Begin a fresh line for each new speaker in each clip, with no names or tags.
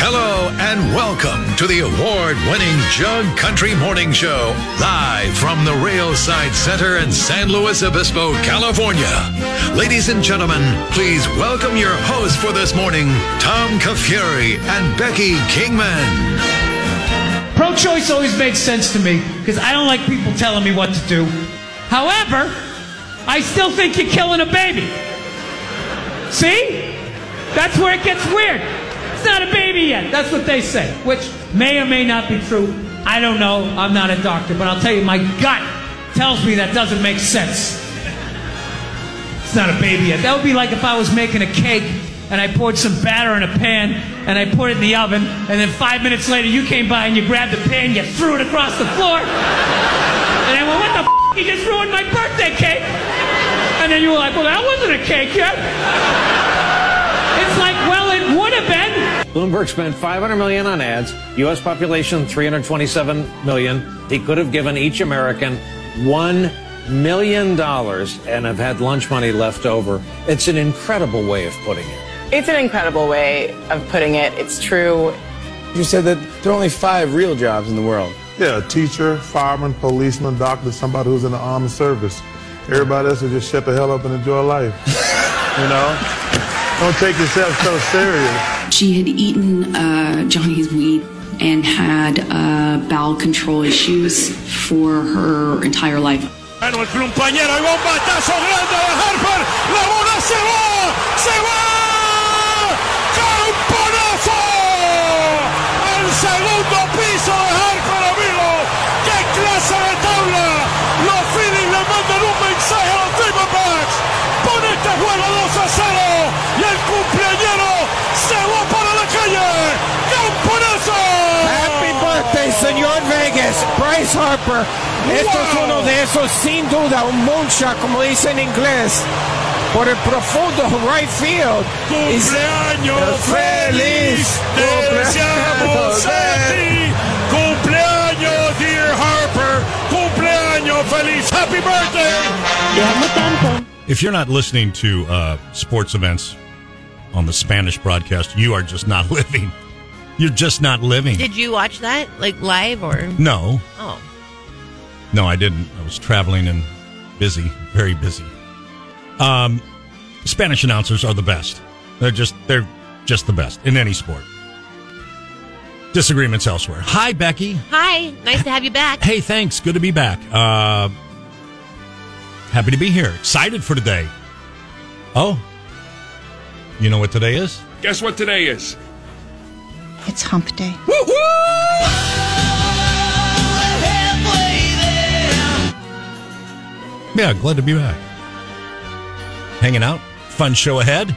Hello and welcome to the award winning Jug Country Morning Show, live from the Railside Center in San Luis Obispo, California. Ladies and gentlemen, please welcome your hosts for this morning, Tom Kafuri and Becky Kingman.
Pro choice always made sense to me because I don't like people telling me what to do. However, I still think you're killing a baby. See? That's where it gets weird. It's not a baby yet. That's what they say, which may or may not be true. I don't know. I'm not a doctor, but I'll tell you, my gut tells me that doesn't make sense. It's not a baby yet. That would be like if I was making a cake and I poured some batter in a pan and I put it in the oven, and then five minutes later you came by and you grabbed the pan, you threw it across the floor, and I went, "What the? F-? You just ruined my birthday cake!" And then you were like, "Well, that wasn't a cake yet." It's like, well, it would have been.
Bloomberg spent 500 million on ads. U.S. population 327 million. He could have given each American one million dollars and have had lunch money left over. It's an incredible way of putting it.
It's an incredible way of putting it. It's true.
You said that there are only five real jobs in the world.
Yeah, teacher, fireman, policeman, doctor, somebody who's in the armed service. Everybody else will just shut the hell up and enjoy life. you know? Don't take yourself so serious.
She had eaten uh, Johnny's weed and had uh, bowel control issues for her entire life.
Bueno, el plumpañero, y un batazo grande de Harper, la bola se va, se va, camponazo, el segundo piso de Harper, amigo, qué clase de tabla, los Phillies le mandan un mensaje a los Diamondbacks, pon este juego 2 a 0, Oh, y el cumpleañero se va para la calle, camponazo.
Happy birthday, señor Vegas. Bryce Harper. Esto es uno de esos, sin duda, un moonshot, como dice en inglés. Por el profundo right field.
Cumpleaños feliz, te deseamos a ti. Cumpleaños, dear Harper. Cumpleaños feliz. Happy birthday.
If you're not listening to uh, sports events on the Spanish broadcast, you are just not living. You're just not living.
Did you watch that like live or
No,
oh?
no, I didn't. I was traveling and busy, very busy. Um, Spanish announcers are the best. They're just they're just the best in any sport. Disagreements elsewhere. Hi, Becky.
Hi, nice to have you back.
Hey, thanks. Good to be back. Uh, happy to be here. Excited for today. Oh, you know what today is?
Guess what today is?
It's hump day.
Yeah, glad to be back. Hanging out. Fun show ahead.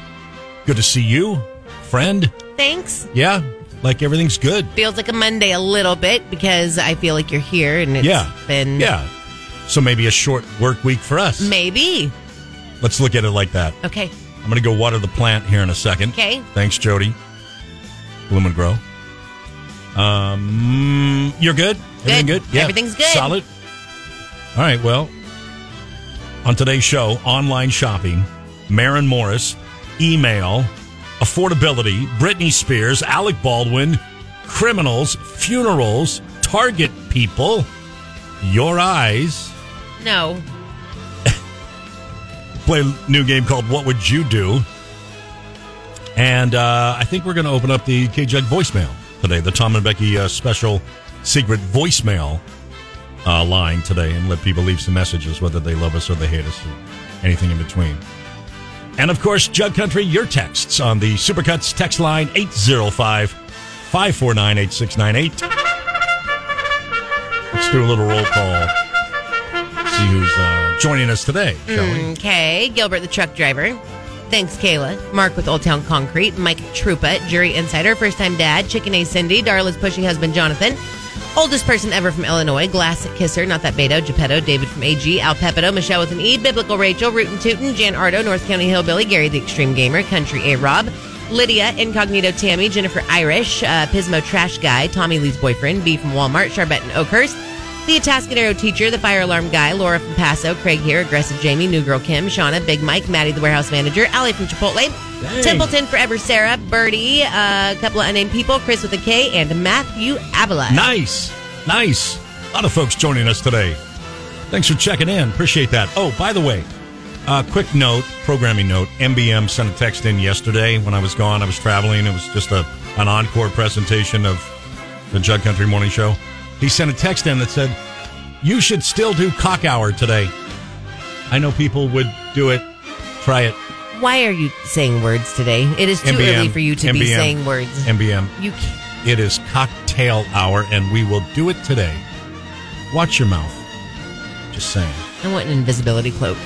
Good to see you, friend.
Thanks.
Yeah, like everything's good.
Feels like a Monday a little bit because I feel like you're here and it's
yeah.
been
Yeah. So maybe a short work week for us.
maybe
Let's look at it like that.
okay.
I'm going to go water the plant here in a second.
Uh, Okay.
Thanks, Jody. Bloom and grow. Um, you're good. Everything
Good.
good? Yeah.
Everything's good.
Solid. All right. Well, on today's show, online shopping, Marin Morris, email, affordability, Britney Spears, Alec Baldwin, criminals, funerals, Target people, your eyes.
No,
play a new game called What Would You Do? And uh, I think we're going to open up the KJug voicemail today, the Tom and Becky uh, special secret voicemail uh, line today, and let people leave some messages, whether they love us or they hate us or anything in between. And of course, Jug Country, your texts on the Supercuts text line 805 549 8698. Let's do a little roll call. See who's uh, joining us today, shall we?
okay. Gilbert the truck driver. Thanks, Kayla. Mark with Old Town Concrete. Mike Trupa, Jury Insider, First Time Dad, Chicken A Cindy, Darla's pushy husband Jonathan, Oldest person ever from Illinois, Glass Kisser, Not That Beto, Geppetto, David from AG, Al Pepito, Michelle with an E, Biblical Rachel, Rootin' Tootin', Jan Ardo, North County Hillbilly, Gary the Extreme Gamer, Country A Rob, Lydia, Incognito Tammy, Jennifer Irish, uh, Pismo Trash Guy, Tommy Lee's boyfriend, B from Walmart, Charbette and Oakhurst, the Atascadero Teacher, The Fire Alarm Guy, Laura from Paso, Craig here, Aggressive Jamie, New Girl Kim, Shauna, Big Mike, Maddie the Warehouse Manager, Allie from Chipotle, Templeton Forever Sarah, Birdie, uh, a couple of unnamed people, Chris with a K, and Matthew Avila.
Nice. Nice. A lot of folks joining us today. Thanks for checking in. Appreciate that. Oh, by the way, uh, quick note, programming note. MBM sent a text in yesterday when I was gone. I was traveling. It was just a an encore presentation of the Jug Country Morning Show. He sent a text in that said, "You should still do cock hour today." I know people would do it. Try it.
Why are you saying words today? It is too
MBM,
early for you to be
MBM,
saying words.
MBM.
You can't.
It is cocktail hour, and we will do it today. Watch your mouth. Just saying.
I want an invisibility cloak.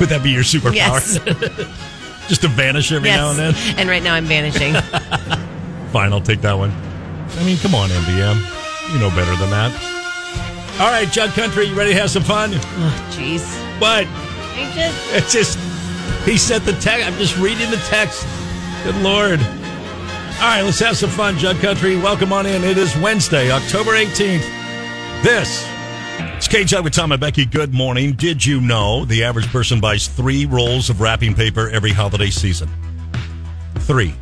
Would that be your superpower?
Yes.
Just to vanish every now and then?
yes. And right now I'm vanishing.
Fine, I'll take that one. I mean, come on, MBM. You know better than that. All right, Jug Country, you ready to have some fun?
Oh, jeez.
But
I just.
it's just, he sent the text. I'm just reading the text. Good Lord. All right, let's have some fun, Jug Country. Welcome on in. It is Wednesday, October 18th. This it's KJ with Tom and Becky. Good morning. Did you know the average person buys three rolls of wrapping paper every holiday season? Three.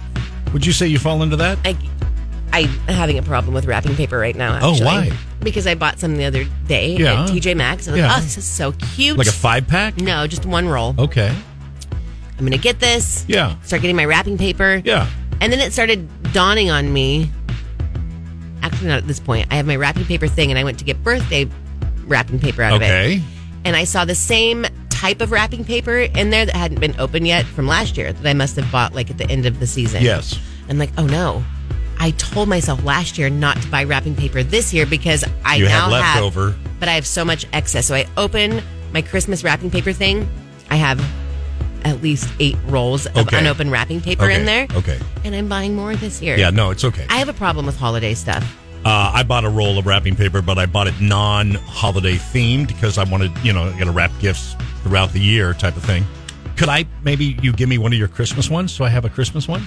Would you say you fall into that?
I, I'm having a problem with wrapping paper right now.
Oh,
Actually.
why?
Because I bought some the other day
Yeah.
at TJ Maxx. And I was
Yeah.
like, oh, this is so cute.
Like a five pack?
no, just one roll.
Okay.
I'm going to get this.
Yeah.
Start getting my wrapping paper.
Yeah.
And then it started dawning on me. Actually, not at this point. I have my wrapping paper thing, and I went to get birthday wrapping paper out of it.
Okay.
And I saw the same type of wrapping paper in there that hadn't been opened yet from last year that I must have bought like at the end of the season.
Yes.
I'm like, oh no. I told myself last year not to buy wrapping paper this year because I
You had
now
leftover.
have, but I have so much excess. So I open my Christmas wrapping paper thing. I have at least eight rolls of
Okay.
unopened wrapping paper
Okay,
in there.
okay.
And I'm buying more this year.
Yeah, no, it's okay.
I have a problem with holiday stuff.
Uh, I bought a roll of wrapping paper, but I bought it non holiday themed because I wanted, you know, I got to wrap gifts throughout the year type of thing. Could I maybe you give me one of your Christmas ones so I have a Christmas one?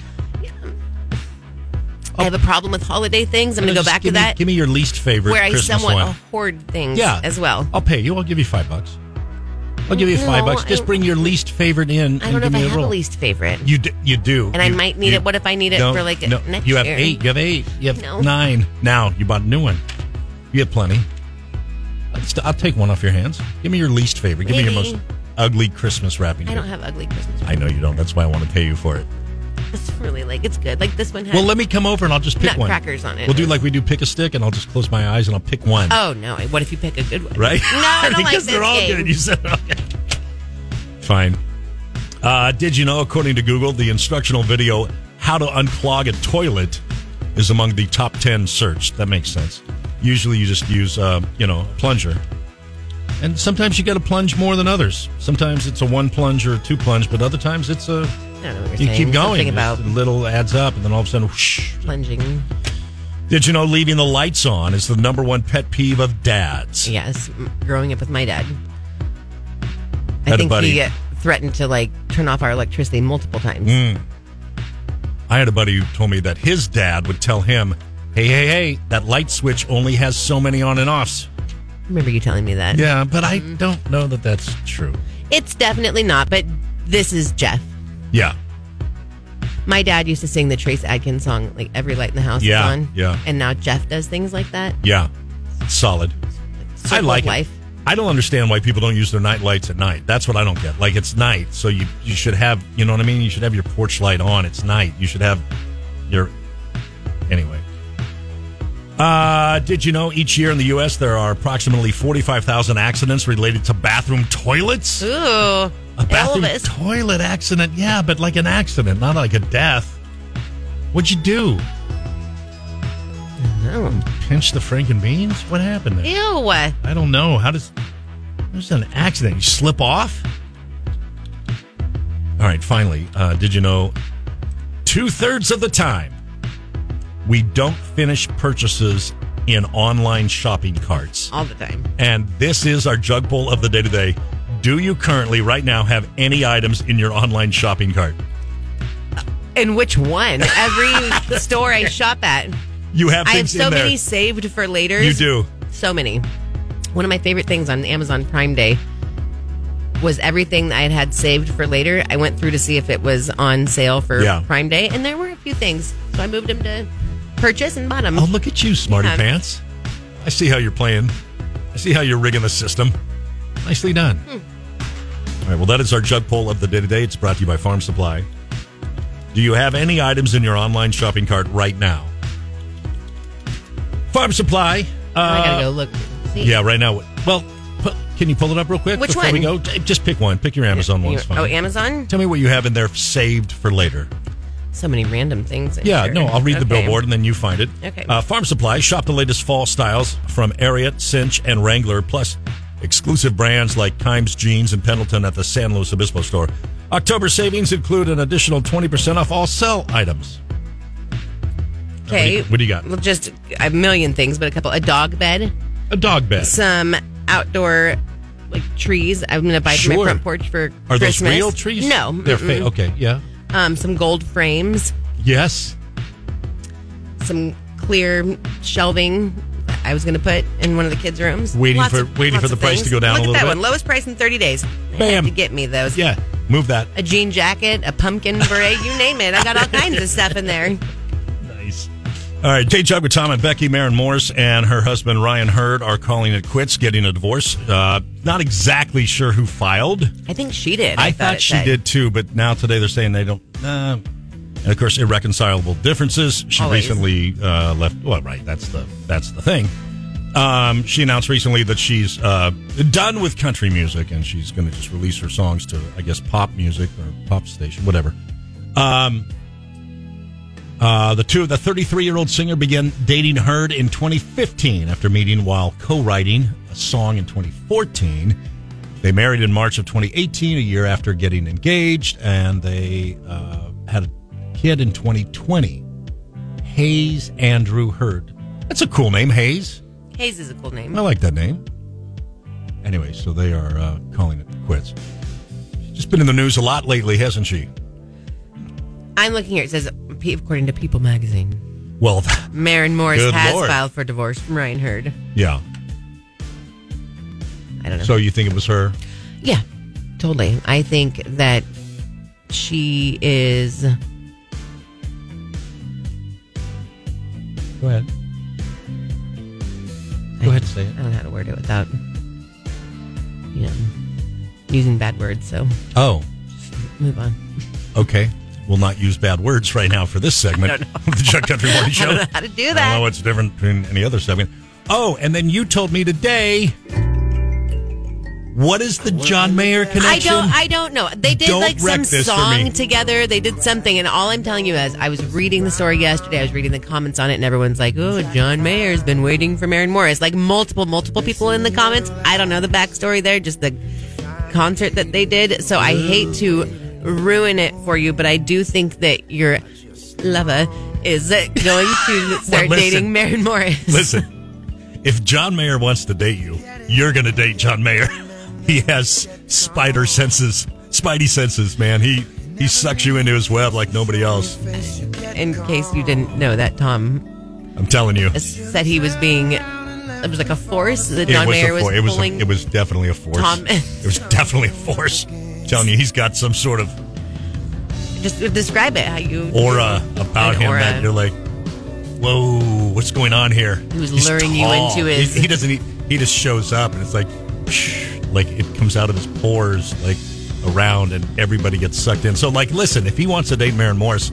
I have a problem with holiday things. I'm going to go
Oh. Just
back
give
to
me-
that
Give me your least favorite
where I
Christmas
somewhat
one.
hoard things
Yeah. Oh,
as well.
I'll pay you. I'll give you five bucks. I'll give you five
No,
bucks. Just
I-
bring your least favorite in.
I don't
and
know
give
if I
me a
have a
roll.
least favorite.
You d- you do,
And I
You-
might need
you-
it. What if I need it
No,
for, like,
no.
next
You have
year?
eight. You have eight. You have
No.
nine. Now you bought a new one. You have plenty. I'll, st- I'll take one off your hands. Give me your least favorite. Give me your
Maybe.
most ugly Christmas wrapping.
I don't
paper.
have ugly Christmas.
I know you don't. That's why I want to pay you for it.
It's really like it's good. Like this one has.
Well, let me come over and I'll just pick one.
Nutcrackers on it.
We'll do like we do. Pick a stick, and I'll just close my eyes and I'll pick one.
Oh no! What if you pick a good one?
right?
No, I don't
because
like this
they're all
game.
good. You said okay. Fine. Uh, did you know, according to Google, the instructional video "How to Unclog a Toilet" is among the top ten searched. That makes sense. Usually, you just use uh, you know a plunger, and sometimes you got to plunge more than others. Sometimes it's a one plunge or a two plunge, but other times it's a
I don't know what you're
you
saying.
keep going.
Something about
Just a little adds up, and then all of a sudden, whoosh,
plunging.
did you know leaving the lights on is the number one pet peeve of dads?
Yes, m- growing up with my dad,
Had
I
a
think
buddy-
he uh, threatened to like turn off our electricity multiple times.
Mm. I had a buddy who told me that his dad would tell him, "Hey, hey, hey, that light switch only has so many on and offs."
Remember you telling me that?
Yeah, but I don't know that that's true.
It's definitely not. But this is Jeff.
Yeah,
My dad used to sing the Trace Adkins song like every light in the house
Yeah,
is on.
yeah.
And now Jeff does things like that.
yeah, solid.
Circle
I
of
like
life.
it. I don't understand why people don't use their night lights at night. That's what I don't get. Like it's night, so you you should have you know what I mean. You should have your porch light on. It's night. You should have your anyway. Uh, did you know each year in the U.S. there are approximately forty-five thousand accidents related to bathroom toilets?
Ooh,
A bathroom
Elvis.
toilet accident, yeah, but like an accident, not like a death. What'd you do?
No.
Pinch the Franken beans? What happened there?
Ew.
I don't know. How does there's an accident? You slip off? All right, finally, uh, did you know two thirds of the time we don't finish purchases in online shopping carts.
all the time.
And this is our jug poll of the day today. Do you currently, right now, have any items in your online shopping cart?
And which one? Every store I shop at.
You have
I have
things
so
in there.
many saved for later.
You do.
So many. One of my favorite things on Amazon Prime Day was everything I had had saved for later. I went through to see if it was on sale for
Yeah.
Prime Day, and there were a few things. So I moved them to purchase and bought them.
Oh, look at you, smarty
Yeah.
pants. I see how you're playing. I see how you're rigging the system. Nicely done.
Hmm.
All right, well, that is our jug poll of the day today. It's brought to you by Farm Supply. Do you have any items in your online shopping cart right now? Farm Supply. Uh,
I gotta go look. See.
Yeah, right now. Well, pu- can you pull it up real quick
Which
before we
one?
go? J- Just pick one. Pick your Amazon one.
You-
It's fine.
Oh, Amazon?
Tell me what you have in there saved for later.
So many random things. I'm
Yeah,
sure.
no, I'll read the
Okay.
billboard and then you find it.
Okay.
Uh, Farm Supply, shop the latest fall styles from Ariat, Cinch, and Wrangler, plus exclusive brands like Kimes Jeans and Pendleton at the San Luis Obispo store. October savings include an additional 20% off all sell items.
Okay.
What do you got?
Well, just a million things, but a couple. A dog bed.
A dog bed.
Some outdoor like trees. I'm gonna buy for my
Sure.
front porch for
Are those
Christmas.
real trees?
No.
They're fake.
mm-mm.
Okay, yeah.
Um, some gold frames.
Yes.
Some clear shelving. that I was gonna put in one of the kids' rooms.
Waiting
Lots
for-
of-
waiting
lots
for the
of
price to
things.
go down
Look
a
at
little
that
bit.
one. Lowest price in 30 days. I had
Bam.
to get me those.
Yeah. Move that.
A jean jacket, a pumpkin beret, you name it. I got all kinds of stuff in there.
Nice. All right, Jay Jug with Tom and Becky. Maren Morris and her husband Ryan Hurd are calling it quits, getting a divorce. Uh, not exactly sure who filed.
I think she did.
I,
I,
thought,
it
she
said.
did too, but now today they're saying they don't. Uh, and of course, irreconcilable differences. She
Always.
recently uh, left. Well, right, that's the that's the thing. Um, she announced recently that she's uh, done with country music and she's going to just release her songs to, I guess, pop music or pop station, whatever. Um, uh, the two, the 33 year old singer began dating Heard in 2015 after meeting while co writing a song in 2014. They married in March of 2018, a year after getting engaged, and they uh, had a kid in 2020. Hayes Andrew Heard. That's a cool name, Hayes.
Hayes is a cool name.
I like that name. Anyway, so they are uh, calling it quits. She's just been in the news a lot lately, hasn't she?
I'm looking here. It says, according to People Magazine.
Well,
Marin Morris
Good
has
Lord.
filed for divorce from Ryan Hurd.
yeah.
I don't know.
So you think it was her?
Yeah, totally. I think that she is.
Go ahead. Go ahead and say
I don't know how to word it without, you know, using bad words. So
Oh,
move on.
okay. We'll not use bad words right now for this segment of the Chuck Country Morning Show.
I don't know how to do
I don't know
that.
what's different between any other segment. Oh, and then you told me today. What is the John Mayer connection?
I don't. I don't know. They did
Don't
like some
wreck this for me.
song together. They did something, and all I'm telling you is, I was reading the story yesterday. I was reading the comments on it, and everyone's like, "Oh, John Mayer's been waiting for Marin Morris." Like multiple, multiple people in the comments. I don't know the backstory there. Just the concert that they did. So I hate to ruin it for you, but I do think that your lover is going to start
listen.
dating Marin Morris.
Listen, if John Mayer wants to date you, you're going to date John Mayer. He has spider senses, spidey senses, man. He he sucks you into his web like nobody else.
In case you didn't know that, Tom
I'm telling you.
said he was being it was like a force that
it
John
was
Mayer
a
was
force. It was,
pulling.
a, it was definitely a force.
Tom-
It was definitely a force. telling you, he's got some sort of
Just describe it how you
aura about
An
him
aura.
that you're like, whoa, what's going on here? He
was luring you into his-
He, he doesn't. He, he just shows up, and it's like, psh, like it comes out of his pores, like around, and everybody gets sucked in. So, like, listen, if he wants to date Maren Morris,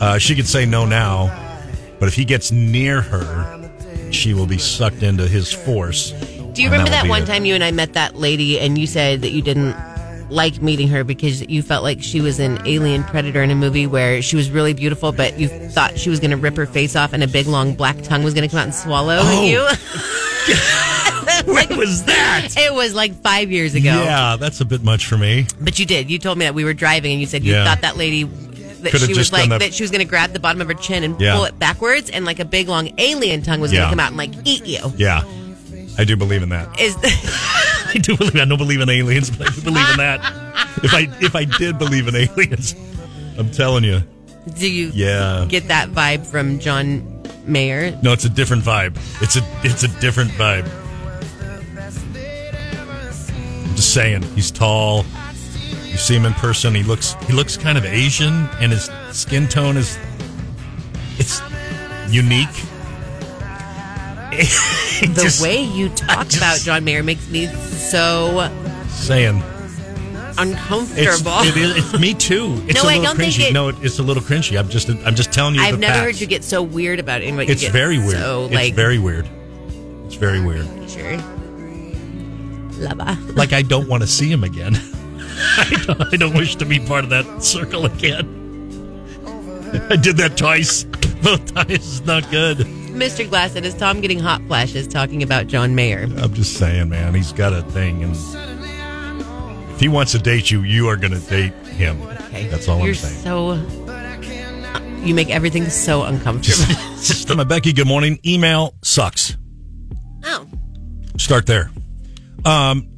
uh, she could say no now, but if he gets near her, she will be sucked into his force.
Do you
and
remember
will
that,
"Oh, be
one
it.
time you and I met that lady and you said that you didn't like meeting her because you felt like she was an alien predator in a movie where she was really beautiful but you thought she was going to rip her face off and a big long black tongue was going to come out and swallow
Oh.
you?
When was that?
It was like 5 years ago.
Yeah, that's a bit much for me.
But you did. You told me that we were driving and you said you
Yeah.
thought that lady with that
Could've
she was
just done
like
that-
that. she was going to grab the bottom of her chin and
Yeah.
pull it backwards, and like a big long alien tongue was
Yeah.
going to come out and like eat you.
Yeah, I do believe in that.
Is
I do believe. I don't believe in aliens, but I do believe in that. If I if I did believe in aliens, I'm telling you,
do you
Yeah.
get that vibe from John Mayer?
no, it's a different vibe. It's a it's a different vibe. I'm just saying, he's tall. You see him in person. He looks he looks kind of Asian, and his skin tone is it's unique.
The
Just-
way you talk about John Mayer makes me so
Saying it's
uncomfortable.
it is, it's me too. It's
No,
a
I
little
don't
cringy.
think it-
no, it, it's a little cringy. I'm just I'm just telling you.
I've
the
never
facts.
heard you get so weird about it.
It's very weird.
So
it's
like,
very weird. It's very weird.
sure. Lava.
Like I don't want to see him again. I, don't, I don't wish to be part of that circle again. I did that twice. Both times. It's not good.
Mr. Glassett, is Tom getting hot flashes talking about John Mayer?
I'm just saying, man. He's got a thing, and if he wants to date you, you are going to date him. That's all
You're
I'm saying.
so. You make everything so uncomfortable.
My Becky, good morning. Email sucks.
oh.
Start there. Um,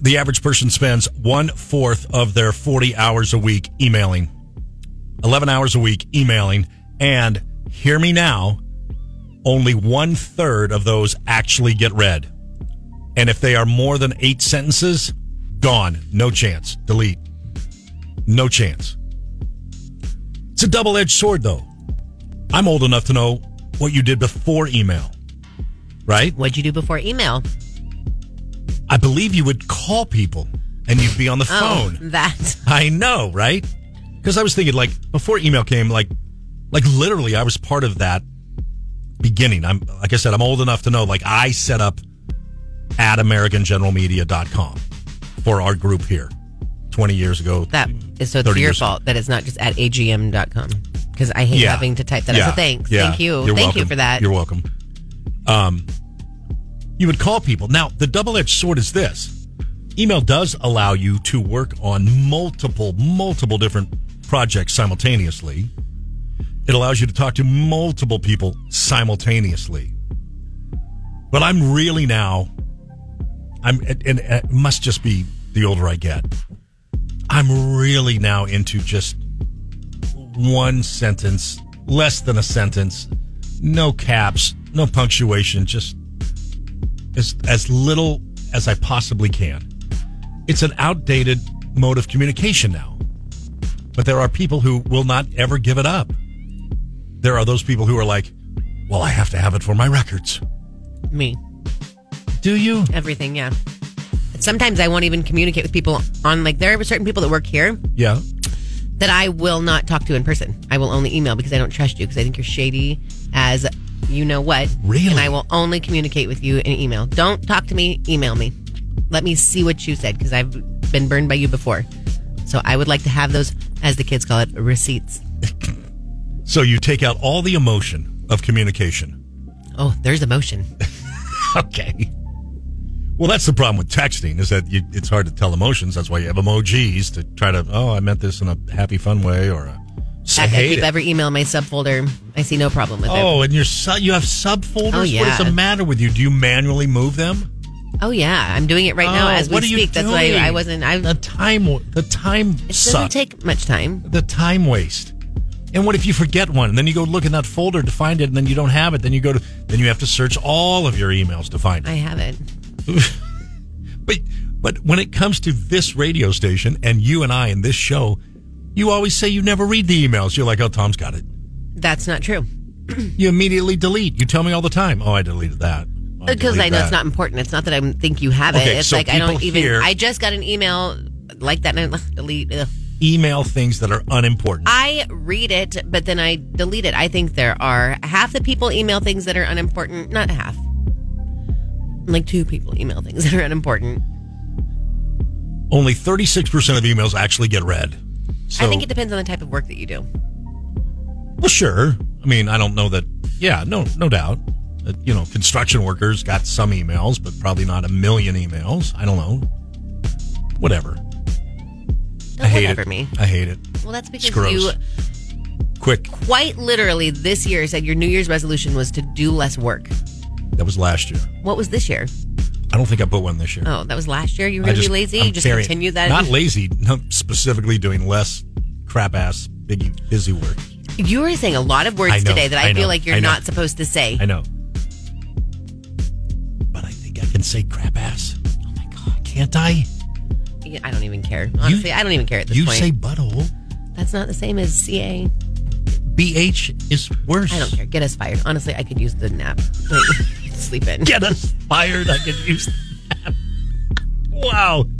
the average person spends one fourth of their 40 hours a week emailing, 11 hours a week emailing, and hear me now, only one third of those actually get read. And if they are more than eight sentences, gone. No chance. Delete. No chance. It's a double edged sword, though. I'm old enough to know what you did before email, right?
What'd you do before email?
I believe you would call people and you'd be on the
Oh,
phone.
that.
I know, right? Because I was thinking, like, before email came, like, like literally, I was part of that beginning. I'm, like I said, I'm old enough to know, like, I set up at AmericanGeneralMedia.com for our group here 20 years ago.
That is so it's
30
your
years ago.
fault that it's not just at agm.com because I hate
Yeah.
having to type that
Yeah.
up. So thanks.
Yeah.
Thank you.
You're
Thank you
welcome.
for that.
You're welcome. Um, you would call people. Now, the double edged sword is this email does allow you to work on multiple, multiple different projects simultaneously. It allows you to talk to multiple people simultaneously. But I'm really now, I'm, and, and it must just be the older I get. I'm really now into just one sentence, less than a sentence, no caps, no punctuation, just as as little as I possibly can. It's an outdated mode of communication now. But there are people who will not ever give it up. There are those people who are like, "Well, I have to have it for my records."
Me.
Do you?
Everything, yeah. Sometimes I won't even communicate with people on, like, there are certain people that work here
Yeah.
that I will not talk to in person. I will only email because I don't trust you because I think you're shady as you know what.
Really?
And I will only communicate with you in email. Don't talk to me, email me. Let me see what you said because I've been burned by you before. So I would like to have those, as the kids call it, receipts.
So you take out all the emotion of communication.
Oh, there's emotion.
okay. Well, that's the problem with texting is that you, it's hard to tell emotions. That's why you have emojis to try to. Oh, I meant this in a happy, fun way, or a.
I, I
hate
keep
it.
every email in my subfolder. I see no problem with it.
Oh, and your su- you have subfolders.
Oh,
What is
yeah.
the matter with you? Do you manually move them?
Oh yeah, I'm doing it right now
Oh,
as we
what are you
speak. That's why
doing?
I wasn't. I
the time. The time
It doesn't
sucks.
take much time.
the time waste. And what if you forget one? And then you go look in that folder to find it, and then you don't have it. Then you go to. Then you have to search all of your emails to find it.
I have it.
But but when it comes to this radio station and you and I and this show, you always say you never read the emails. You're like, oh, Tom's got it.
That's not true
You immediately delete. You tell me all the time. Oh, I deleted that. Oh, I
because
deleted
Uh, I know it's
that.
not important. It's not that I think you have it.
Okay,
it's
so
like I don't
people
even.
here-
I just got an email like that and I delete. Ugh.
Email things that are unimportant.
I read it, but then I delete it. I think there are half the people email things that are unimportant. Not half. Like two people email things that are unimportant.
Only 36% of emails actually get read. So,
I think it depends on the type of work that you do.
well, sure. I mean, I don't know that. Yeah, no, no doubt. Uh, you know, construction workers got some emails, but probably not a million emails. I don't know. Whatever. I hate
whatever
it.
me.
I hate it.
Well, that's
It's
because
gross.
you
Quick.
Quite literally, this year said your New Year's resolution was to do less work.
That was last year.
What was this year?
I don't think I put one this year.
Oh, that was last year. You were
I
going to be lazy.
I'm
you just
carrying-
continue that.
Not lazy, no, specifically doing less crap ass, big, busy work.
You were saying a lot of words
I know,
today that I,
I know,
feel like you're
I know.
not supposed to say.
I know. But I think I can say crap ass. Oh my God, can't I?
Yeah, I don't even care. Honestly, I don't even care at this
you
point.
say butthole.
That's not the same as CA.
BH is worse.
I don't care. Get us fired. Honestly, I could use the nap. Wait, sleep in.
Get us fired. I could use that. Wow.